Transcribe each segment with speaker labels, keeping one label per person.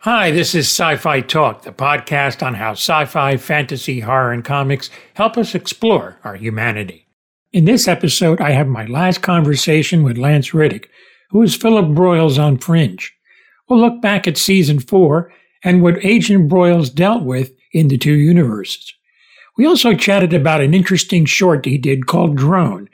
Speaker 1: Hi, this is Sci Fi Talk, the podcast on how sci fi, fantasy, horror, and comics help us explore our humanity. In this episode, I have my last conversation with Lance Riddick, who is Philip Broyles on Fringe. We'll look back at season four and what Agent Broyles dealt with in the two universes. We also chatted about an interesting short he did called Drone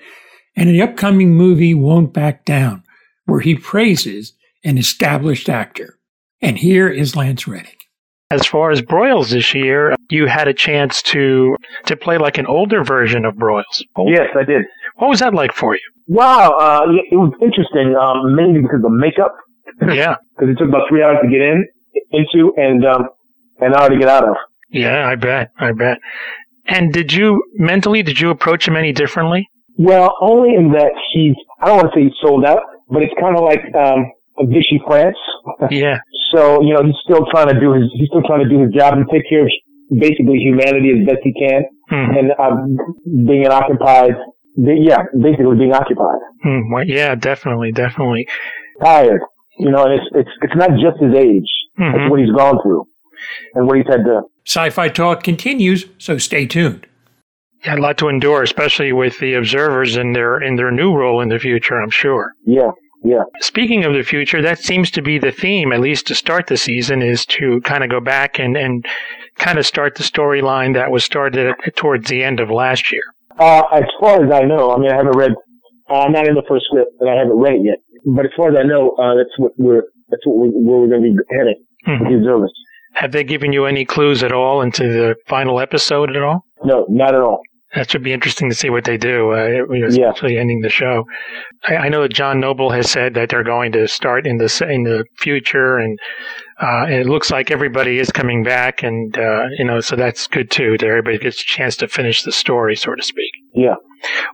Speaker 1: and the upcoming movie Won't Back Down, where he praises an established actor. And here is Lance Reddick.
Speaker 2: As far as Broyles this year, you had a chance to to play like an older version of Broyles. Oh,
Speaker 3: Yes, I did.
Speaker 2: What was that like for you?
Speaker 3: Wow, uh, it was interesting, um, mainly because of makeup,
Speaker 2: yeah,
Speaker 3: because it took about three hours to get in, into, and um, an hour to get out of.
Speaker 2: yeah, I bet, I bet. And did you mentally did you approach him any differently?
Speaker 3: Well, only in that he's, I don't want to say he's sold out, but it's kind of like um, Vichy France.
Speaker 2: Yeah,
Speaker 3: So, you know, he's still trying to do his, he's still trying to do his job and take care of basically humanity as best he can,
Speaker 2: hmm
Speaker 3: and um, being an occupied, yeah, basically being occupied.
Speaker 2: hmm, well, yeah, definitely, definitely.
Speaker 3: tired. You know, and it's it's it's not just his age. It's
Speaker 2: hmm
Speaker 3: what he's gone through and what he's had to
Speaker 1: Sci Fi Talk continues, so stay tuned.
Speaker 2: Yeah, a lot to endure, especially with the observers in their in their new role in the future. I'm sure.
Speaker 3: yeah.
Speaker 2: Speaking of the future, that seems to be the theme, at least to start the season, is to kind of go back and, and kind of start the storyline that was started at, towards the end of last year.
Speaker 3: Uh as far as I know, I mean I haven't read uh, I'm not in the first script and I haven't read it yet. But as far as I know, uh that's what we're that's what we where we're gonna be heading with
Speaker 2: Mhm.
Speaker 3: the observers.
Speaker 2: Have they given you any clues at all into the final episode at all?
Speaker 3: No, not at all.
Speaker 2: That should be interesting to see what they do, uh, you know,
Speaker 3: Yeah.
Speaker 2: especially ending the show. I, I know that John Noble has said that they're going to start in the s- in the future, and, uh, and it looks like everybody is coming back, and uh, you know, so that's good too. That everybody gets a chance to finish the story, so to speak.
Speaker 3: Yeah.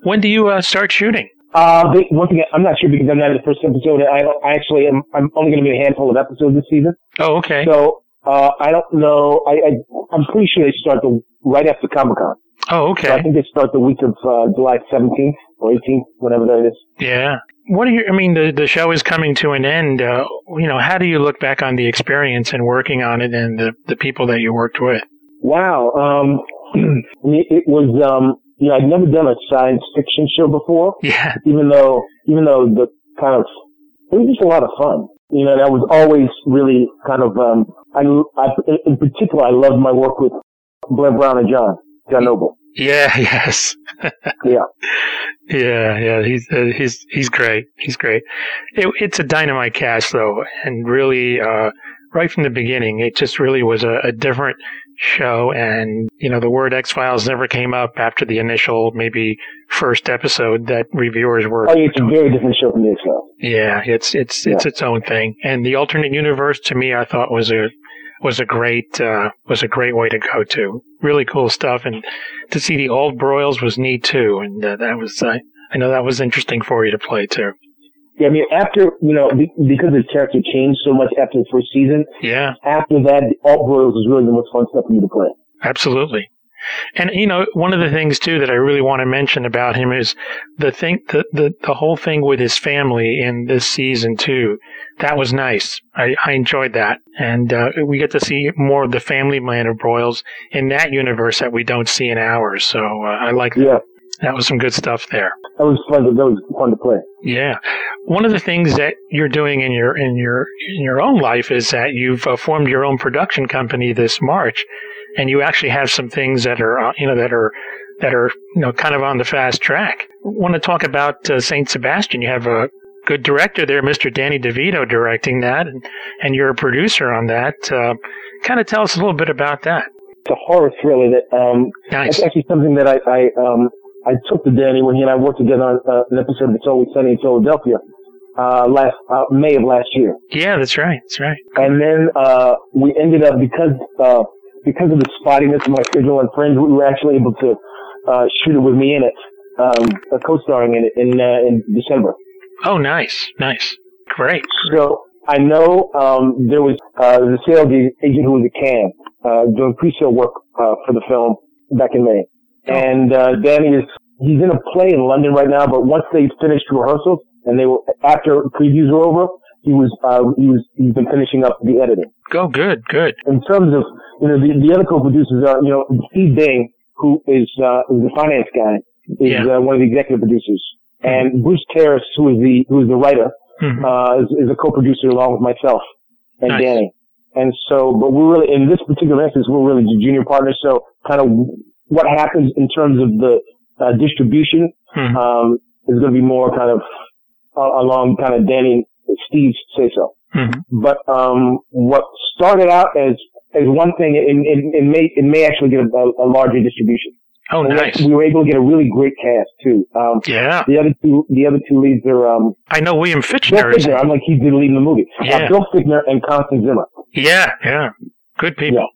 Speaker 2: When do you uh, start shooting?
Speaker 3: Uh they, once again I'm not sure because I'm not in the first episode and I don't I actually am I'm only gonna be in a handful of episodes this season.
Speaker 2: Oh, okay.
Speaker 3: So uh I don't know I, I I'm pretty sure they start the right after Comic Con.
Speaker 2: Oh,
Speaker 3: So I
Speaker 2: okay.
Speaker 3: think they start the week of uh, July 17th or 18th, whenever that is.
Speaker 2: Yeah. What are your? I mean, the the show is coming to an end. Uh, you know, how do you look back on the experience and working on it, and the the people that you worked with?
Speaker 3: Wow. Um, I mean, it was, um, you know, I'd never done a science fiction show before,
Speaker 2: Yeah.
Speaker 3: even though, even though the kind of, it was just a lot of fun. You know, that was always really kind of, um, I, I, in particular, I loved my work with Blair Brown and John, John Noble.
Speaker 2: Yeah. Yes.
Speaker 3: Yeah.
Speaker 2: Yeah. Yeah. He's uh, he's he's great. He's great. It, it's a dynamite cast though, and really, uh, right from the beginning, it just really was a, a different show. And you know, the word X Files never came up after the initial maybe first episode that reviewers were.
Speaker 3: Oh, yeah, it's a very different show from the show.
Speaker 2: Yeah, it's it's it's its own thing. And the alternate universe to me, I thought was a was a great uh, was a great way to go to. Really cool stuff, and to see the old broils was neat too. And uh, that was I I know that was interesting for you to play too.
Speaker 3: Yeah, I mean, after, you know, be, because the character changed so much after the first season,
Speaker 2: Yeah,
Speaker 3: after that, Alt Royals was really the most fun stuff for me to play.
Speaker 2: absolutely. And you know, one of the things too that I really want to mention about him is the thing the the, the whole thing with his family in this season too. That was nice. I, I enjoyed that, and uh, we get to see more of the family man of Broyles in that universe that we don't see in ours. So uh, I like that.
Speaker 3: Yeah,
Speaker 2: That was some good stuff there.
Speaker 3: that was fun. To, that was fun to play.
Speaker 2: Yeah, one of the things that you're doing in your in your in your own life is that you've uh, formed your own production company this March, and you actually have some things that are uh, you know that are that are you know kind of on the fast track. Want to talk about uh, Saint Sebastian? You have a good director there, Mr. Danny DeVito, directing that, and, and you're a producer on that. Uh, kind of tell us a little bit about that.
Speaker 3: It's a horror thriller that um,
Speaker 2: Nice.
Speaker 3: that's actually something that I I um I took to Danny when he and I worked together on uh, an episode of It's Always Sunny in Philadelphia uh, last uh, May of last year,
Speaker 2: Yeah, that's right. That's right.
Speaker 3: and then uh, we ended up because uh, because of the spottiness of my schedule and friends, we were actually able to uh, shoot it with me in it, um, uh, co-starring in it in uh, in December.
Speaker 2: Oh, nice, nice, great.
Speaker 3: So I know um, there was uh, the sales agent who was at Cannes uh, doing pre-sale work uh, for the film back in May, and uh, Danny is he's in a play in London right now. But once they finished rehearsals and they were after previews were over, he was uh, he was he's been finishing up the editing.
Speaker 2: Oh, good, good.
Speaker 3: In terms of you know the, the other co-producers are you know Steve Dang, who is uh, is the finance guy, is
Speaker 2: Yeah.
Speaker 3: uh, one of the executive producers, and Bruce Terrace, who is the who is the writer,
Speaker 2: Mhm.
Speaker 3: uh, is, is a co-producer along with myself and
Speaker 2: Nice.
Speaker 3: Danny. And so, but we're really, in this particular instance, we're really the junior partners. So kind of what happens in terms of the uh, distribution,
Speaker 2: Mhm.
Speaker 3: um, is going to be more kind of uh, along kind of Danny and Steve's say so.
Speaker 2: Mhm.
Speaker 3: But, um, what started out as, as one thing, it, it, it may, it may actually get a, a larger distribution.
Speaker 2: Oh,
Speaker 3: And we-
Speaker 2: nice.
Speaker 3: We were able to get a really great cast too. Um,
Speaker 2: Yeah,
Speaker 3: the other two, the other two leads are, um,
Speaker 2: I know William
Speaker 3: Bill
Speaker 2: Fitchner is.
Speaker 3: Fickner. I'm like he's the lead in the movie.
Speaker 2: Yeah.
Speaker 3: Uh, Bill Fickner and Constance Zimmer.
Speaker 2: Yeah, yeah, good people.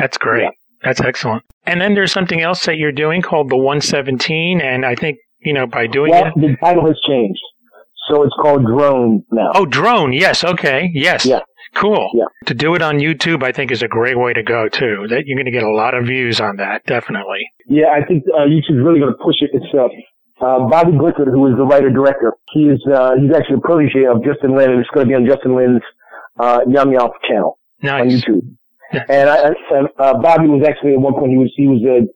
Speaker 2: That's great.
Speaker 3: Yeah.
Speaker 2: That's excellent. And then there's something else that you're doing called the 117, and I think you know by doing
Speaker 3: Well,
Speaker 2: it.
Speaker 3: the title has changed, so it's called Drone now.
Speaker 2: Oh, drone. Yes. Okay. Yes.
Speaker 3: Yeah.
Speaker 2: Cool.
Speaker 3: Yeah.
Speaker 2: To do it on YouTube, I think is a great way to go too. That you're going to get a lot of views on that, definitely.
Speaker 3: Yeah, I think uh, YouTube's really going to push it itself. Uh, Bobby Glickard, who is the writer director, he is uh, he's actually a protege of Justin Lin, and it's going to be on Justin Lin's uh, Yum Yum channel on
Speaker 2: Nice.
Speaker 3: YouTube.
Speaker 2: Yeah.
Speaker 3: And, I, I- and uh, Bobby was actually at one point he was he was a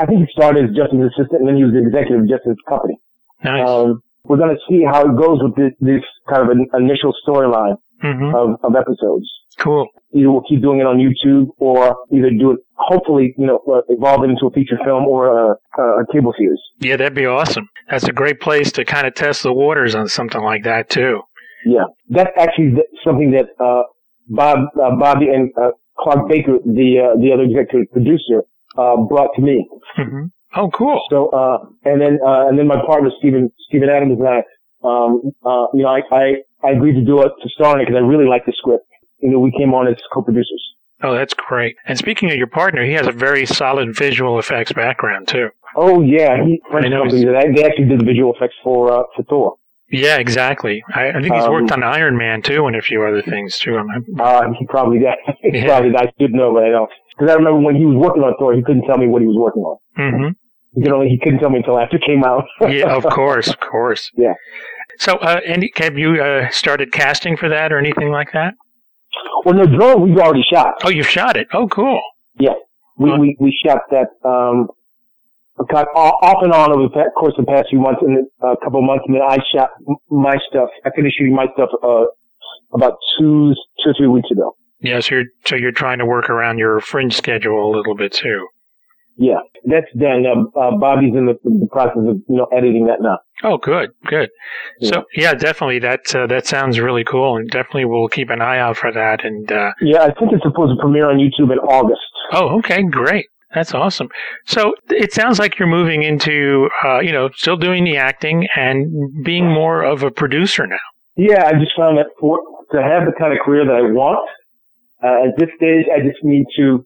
Speaker 3: I think he started as Justin's assistant, and then he was the executive of Justin's company.
Speaker 2: Nice.
Speaker 3: Um, we're going to see how it goes with this, this kind of an initial storyline
Speaker 2: hmm
Speaker 3: of, of episodes.
Speaker 2: Cool.
Speaker 3: Either we'll keep doing it on YouTube or either do it, hopefully, you know, uh, evolve it into a feature film or a, a, a cable series.
Speaker 2: Yeah, that'd be awesome. That's a great place to kind of test the waters on something like that too.
Speaker 3: Yeah. That's actually th- something that, uh, Bob, uh, Bobby and, uh, Clark Baker, the, uh, the other executive producer, uh, brought to me.
Speaker 2: hmm Oh, cool.
Speaker 3: So, uh, and then, uh, and then my partner, Stephen, Stephen Adams and I, um, uh, you know, I, I, I agreed to do it, to star in it because I really like the script. You know, we came on as co-producers.
Speaker 2: Oh, that's great. And speaking of your partner, he has a very solid visual effects background too.
Speaker 3: Oh yeah, he, French
Speaker 2: I know.
Speaker 3: company, they, they actually did the visual effects for, uh, for Thor.
Speaker 2: Yeah, exactly. I, I think he's
Speaker 3: Um,
Speaker 2: worked on Iron Man too and a few other things too. I'm, I'm-
Speaker 3: Uh, he probably did. he
Speaker 2: Yeah.
Speaker 3: probably did. I should know, but I don't. Cause I remember when he was working on Thor, he couldn't tell me what he was working on.
Speaker 2: mhm.
Speaker 3: He could only, he couldn't tell me until after it came out.
Speaker 2: yeah, of course, of course.
Speaker 3: Yeah.
Speaker 2: So, uh, any, have you uh, started casting for that or anything like that?
Speaker 3: well, no, drone, we've already shot.
Speaker 2: Oh, you've shot it. Oh, cool.
Speaker 3: We, we, we shot that, um, cut o- off and on over the pa- course of the past few months and a uh, couple of months, and then I shot m- my stuff. I finished shooting my stuff uh, about two, two or three weeks ago.
Speaker 2: Yeah, so you're so you're trying to work around your fringe schedule a little bit too.
Speaker 3: Yeah, that's done. Uh, uh, Bobby's in the, the process of you know editing that now.
Speaker 2: Oh, good, good. So, yeah, definitely that uh, that sounds really cool, and definitely we'll keep an eye out for that. And uh,
Speaker 3: Yeah, I think it's supposed to premiere on YouTube in August.
Speaker 2: oh, okay, great, that's awesome. So it sounds like you're moving into uh, you know still doing the acting and being more of a producer now.
Speaker 3: Yeah, I just found that for to have the kind of career that I want uh, at this stage, I just need to,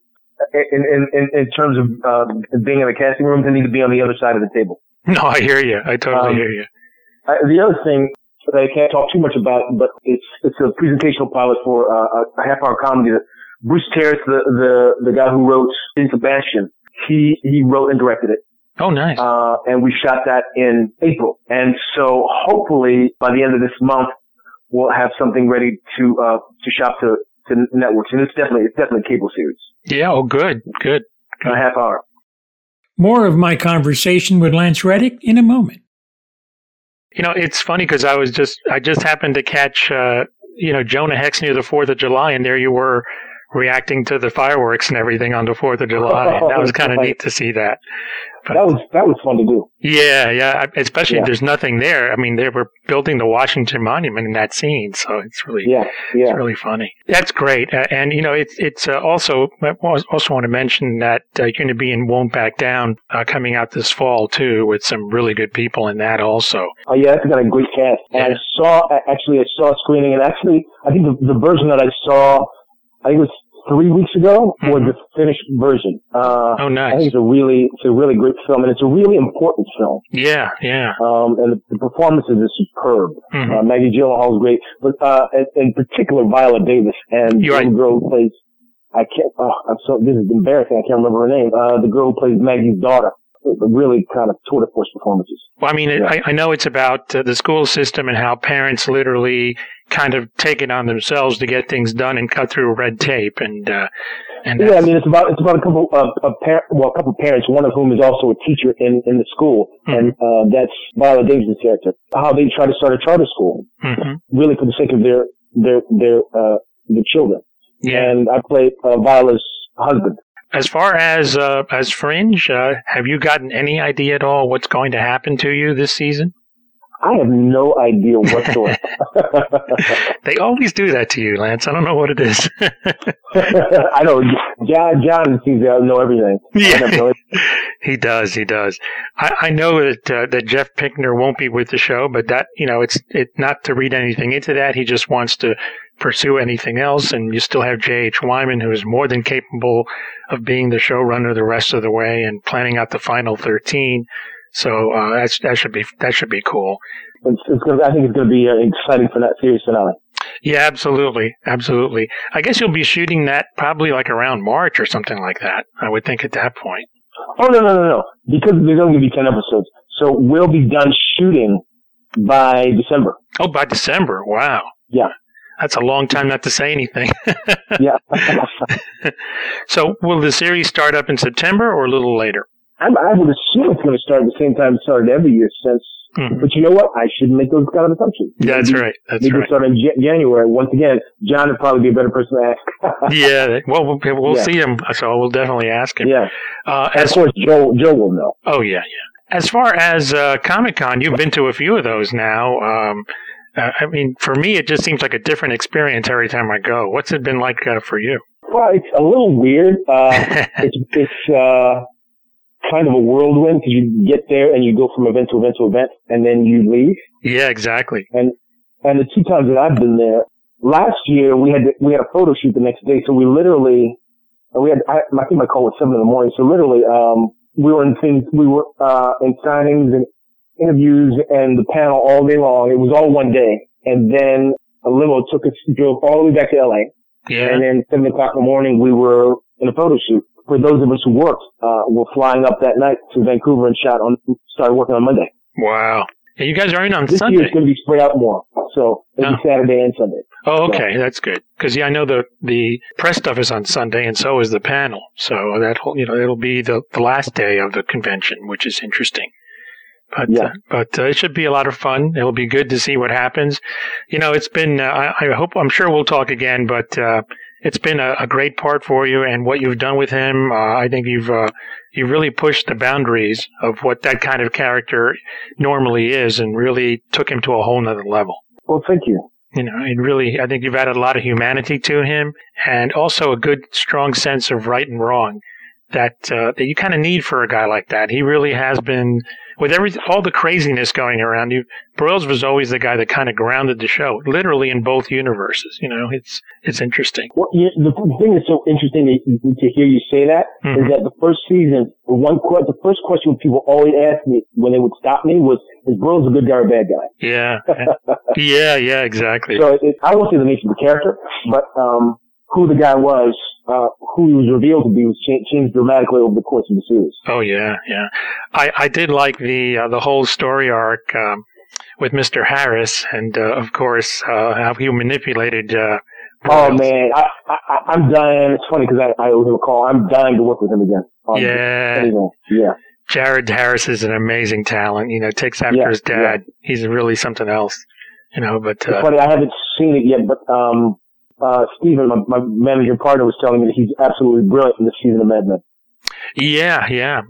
Speaker 3: in in in, in terms of uh, being in the casting rooms, I need to be on the other side of the table.
Speaker 2: No, I hear you. I totally
Speaker 3: Um,
Speaker 2: hear you.
Speaker 3: Uh, the other thing that I can't talk too much about, but it's it's a presentational pilot for uh, a half hour comedy. That Bruce Terrace, the, the the guy who wrote In Sebastian, he he wrote and directed it,
Speaker 2: Oh, nice.
Speaker 3: uh, and we shot that in April. And so hopefully by the end of this month, we'll have something ready to uh, to shop to to networks. And it's definitely it's definitely a cable series,
Speaker 2: Yeah. Oh, good, good.
Speaker 3: a half hour.
Speaker 1: More of my conversation with Lance Reddick in a moment.
Speaker 2: You know, it's funny because I was just I just happened to catch uh, you know Jonah Hex near the Fourth of July, and there you were reacting to the fireworks and everything on the Fourth of July. and that was kind of
Speaker 3: Right.
Speaker 2: neat to see that. But-
Speaker 3: That was that was fun to do.
Speaker 2: yeah, yeah. I- Especially if
Speaker 3: Yeah.
Speaker 2: there's nothing there. I mean, they were building the Washington Monument in that scene, so it's really
Speaker 3: Yeah, yeah.
Speaker 2: It's really funny. That's great. Uh, and, you know, it's it's uh, also, I also want to mention that uh, you're going to be in Won't Back Down uh, coming out this fall, too, with some really good people in that also.
Speaker 3: Oh yeah, that's got a great cast. And I saw I- actually I saw a screening, and actually I think the, the version that I saw, I think it was three weeks ago, was the finished version. Uh,
Speaker 2: Mm-hmm. Oh,
Speaker 3: I think
Speaker 2: nice.
Speaker 3: it's a really it's a really great film, and it's a really important film.
Speaker 2: Yeah, yeah.
Speaker 3: Um, and the, the performances are superb.
Speaker 2: hmm
Speaker 3: Uh, Maggie Gyllenhaal is great, but uh, in, in particular Viola Davis and
Speaker 2: You're
Speaker 3: the
Speaker 2: right.
Speaker 3: girl who plays. I can't. Oh, I'm so. This is embarrassing. I can't remember her name. Uh, the girl who plays Maggie's daughter. Really kind of tour de force performances.
Speaker 2: Well, I mean, it,
Speaker 3: Yeah.
Speaker 2: I, I know it's about uh, the school system and how parents literally kind of take it on themselves to get things done and cut through red tape and uh, and
Speaker 3: Yeah, I mean, it's about it's about a couple of, of par- well, a couple of parents, one of whom is also a teacher in in the school,
Speaker 2: Hmm.
Speaker 3: and uh, that's Viola Davis's character. How they try to start a charter school,
Speaker 2: hmm
Speaker 3: really for the sake of their their their uh, the children.
Speaker 2: yeah.
Speaker 3: And I play uh, Viola's husband.
Speaker 2: As far as uh, as Fringe, uh, have you gotten any idea at all what's going to happen to you this season?
Speaker 3: I have no idea whatsoever.
Speaker 2: They always do that to you, Lance. I don't know what it is.
Speaker 3: I know John. John seems to know everything. I don't know.
Speaker 2: He does. He does. I, I know that uh, that Jeff Pinkner won't be with the show, but that you know, it's it not to read anything into that. He just wants to pursue anything else, and you still have J.H. Wyman, who is more than capable of being the showrunner the rest of the way and planning out the final thirteen. So uh, that's that should be that should be cool.
Speaker 3: It's, it's gonna, I think it's going to be uh, exciting for that series finale.
Speaker 2: Yeah, absolutely, absolutely. I guess you'll be shooting that probably like around March or something like that. I would think at that point.
Speaker 3: Oh no no no no! Because there's only going to be ten episodes, so we'll be done shooting by December.
Speaker 2: Oh, by December. Wow.
Speaker 3: Yeah.
Speaker 2: That's a long time not to say anything.
Speaker 3: Yeah,
Speaker 2: So, will the series start up in September or a little later?
Speaker 3: I'm, I would assume it's going to start at the same time it started every year since.
Speaker 2: Mhm.
Speaker 3: But you know what? I shouldn't make those kind of assumptions.
Speaker 2: That's
Speaker 3: Maybe-
Speaker 2: right. That's
Speaker 3: Maybe
Speaker 2: right.
Speaker 3: start in J- January. Once again, John would probably be a better person to ask.
Speaker 2: Yeah. Well, we'll, we'll
Speaker 3: Yeah.
Speaker 2: see him. So we'll definitely ask him.
Speaker 3: yeah,
Speaker 2: Uh,
Speaker 3: and
Speaker 2: as
Speaker 3: of course Joe. Joe will know.
Speaker 2: oh yeah, yeah. As far as uh, Comic Con, you've been to a few of those now. Um, uh, I mean, for me, it just seems like a different experience every time I go. What's it been like uh, for you?
Speaker 3: Well, it's a little weird. Uh, it's it's uh, kind of a whirlwind because you get there and you go from event to event to event, and then you leave.
Speaker 2: yeah, exactly.
Speaker 3: And the two times that I've been there, last year we had we had a photo shoot the next day, so we literally we had I, I think my call was seven in the morning, so literally um, we were in things we were uh, in signings and interviews and the panel all day long. It was all one day, and then a limo took us drove all the way back to LA.
Speaker 2: Yeah.
Speaker 3: And then seven o'clock in the morning, we were in a photo shoot. For those of us who worked, uh, were flying up that night to Vancouver and shot on, started working on Monday.
Speaker 2: Wow. Yeah, you guys are in on
Speaker 3: This year
Speaker 2: Sunday.
Speaker 3: it's going to be spread out more. So it'll be Saturday and Sunday.
Speaker 2: Oh, okay, that's good. Because yeah, I know the the press stuff is on Sunday, and so is the panel. So that whole you know it'll be the, the last day of the convention, which is interesting. But
Speaker 3: Yeah.
Speaker 2: uh, but uh, it should be a lot of fun. It'll be good to see what happens. You know, it's been. Uh, I, I hope I'm sure we'll talk again, but. Uh, it's been a, a great part for you, and what you've done with him, uh, I think you've uh, you really pushed the boundaries of what that kind of character normally is, and really took him to a whole nother level
Speaker 3: Well, thank you.
Speaker 2: you know, it really, I think you've added a lot of humanity to him and also a good, strong sense of right and wrong that, uh, that you kind of need for a guy like that. He really has been, with every, all the craziness going around you, Broyles was always the guy that kind of grounded the show, literally in both universes. You know, it's, it's interesting.
Speaker 3: Well, you the thing that's so interesting to, to hear you say that is
Speaker 2: Mhm.
Speaker 3: that the first season, the one que- the first question people always asked me when they would stop me was, "Is Burroughs a good guy or a bad guy?"
Speaker 2: Yeah. yeah. Yeah. Exactly.
Speaker 3: So it, I won't say the nature of the character, but um, who the guy was, uh, who he was revealed to be, was cha- changed dramatically over the course of the series.
Speaker 2: Oh yeah, yeah. I I did like the uh, the whole story arc um, with Mr. Harris, and uh, of course uh, how he manipulated. Uh,
Speaker 3: Oh
Speaker 2: Miles.
Speaker 3: man, I, I, I- I'm dying. It's funny because I, I owe him a call. I'm dying to work with him again. Um,
Speaker 2: Yeah,
Speaker 3: anyway, yeah.
Speaker 2: Jared Harris is an amazing talent. You know, takes after
Speaker 3: Yeah,
Speaker 2: his dad. He's really something else. You know, but
Speaker 3: It's
Speaker 2: uh,
Speaker 3: funny. I haven't seen it yet, but um, uh, Steven, my, my manager partner, was telling me that he's absolutely brilliant in the season of Mad Men.
Speaker 2: yeah, yeah.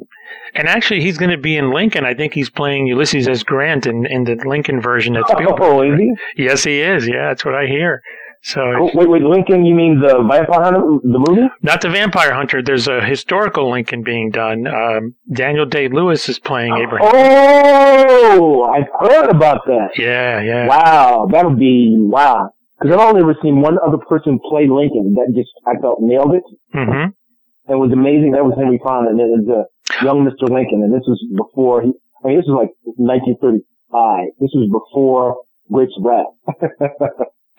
Speaker 2: And actually, he's going to be in Lincoln. I think he's playing Ulysses S. Grant in, in the Lincoln version at Spielberg.
Speaker 3: Oh, is he?
Speaker 2: Yes, he is. Yeah, that's what I hear. So
Speaker 3: Oh, wait, wait, Lincoln. You mean the Vampire Hunter, the movie?
Speaker 2: Not the Vampire Hunter. There's a historical Lincoln being done. Um, Daniel Day Lewis is playing Abraham.
Speaker 3: Oh, I've heard about that.
Speaker 2: Yeah, yeah.
Speaker 3: Wow, that would be wow. Because I've only ever seen one other person play Lincoln that just I felt nailed it
Speaker 2: hmm
Speaker 3: and was amazing. That was Henry Fonda, and it was uh, young Mr. Lincoln, and this was before he. I mean, this was like 1935. This was before Great Rap.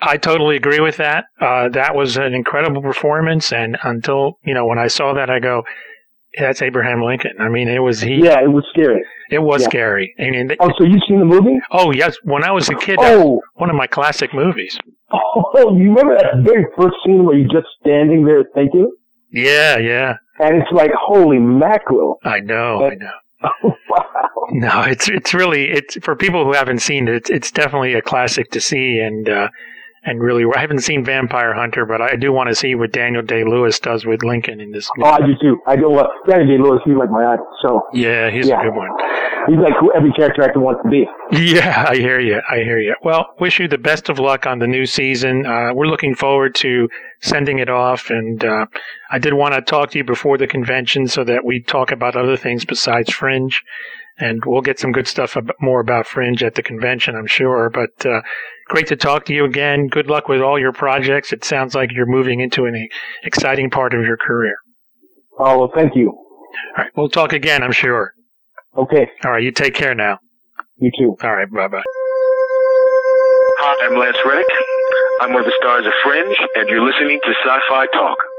Speaker 2: I totally agree with that. Uh, that was an incredible performance, and until you know when I saw that, I go, That's Abraham Lincoln. I mean, it was he.
Speaker 3: Yeah, it was scary.
Speaker 2: It was
Speaker 3: yeah.
Speaker 2: scary. I mean,
Speaker 3: Oh, so you've seen the movie?
Speaker 2: oh yes, when I was a kid, that was
Speaker 3: Oh,
Speaker 2: one of my classic movies.
Speaker 3: oh, you remember that very first scene where you're just standing there thinking,
Speaker 2: Yeah, yeah.
Speaker 3: and it's like, holy mackerel!
Speaker 2: I know.
Speaker 3: Oh.
Speaker 2: I know.
Speaker 3: wow.
Speaker 2: No, it's it's really it's for people who haven't seen it. It's, it's definitely a classic to see, and uh, and really, I haven't seen Vampire Hunter, but I do want to see what Daniel Day Lewis does with Lincoln in this.
Speaker 3: Oh, I do too. I do. Well, Danny Day Lewis, he's like my idol, so
Speaker 2: Yeah, he's
Speaker 3: Yeah.
Speaker 2: a good one.
Speaker 3: he's like who every character actor wants to be.
Speaker 2: Yeah, I hear you. I hear you. Well, wish you the best of luck on the new season. Uh, we're looking forward to sending it off, and uh, I did want to talk to you before the convention so that we talk about other things besides Fringe, and we'll get some good stuff ab- more about Fringe at the convention, I'm sure. But uh, great to talk to you again. Good luck with all your projects. It sounds like you're moving into an e- exciting part of your career.
Speaker 3: Oh, well, thank you.
Speaker 2: All right, we'll talk again, I'm sure.
Speaker 3: Okay,
Speaker 2: All right, you take care now.
Speaker 3: you too.
Speaker 2: All right, bye bye.
Speaker 4: Hi, I'm Lance Reddick. I'm one of the stars of Fringe, and you're listening to Sci-Fi Talk.